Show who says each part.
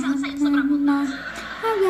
Speaker 1: สำหรับ
Speaker 2: มาถ้าอย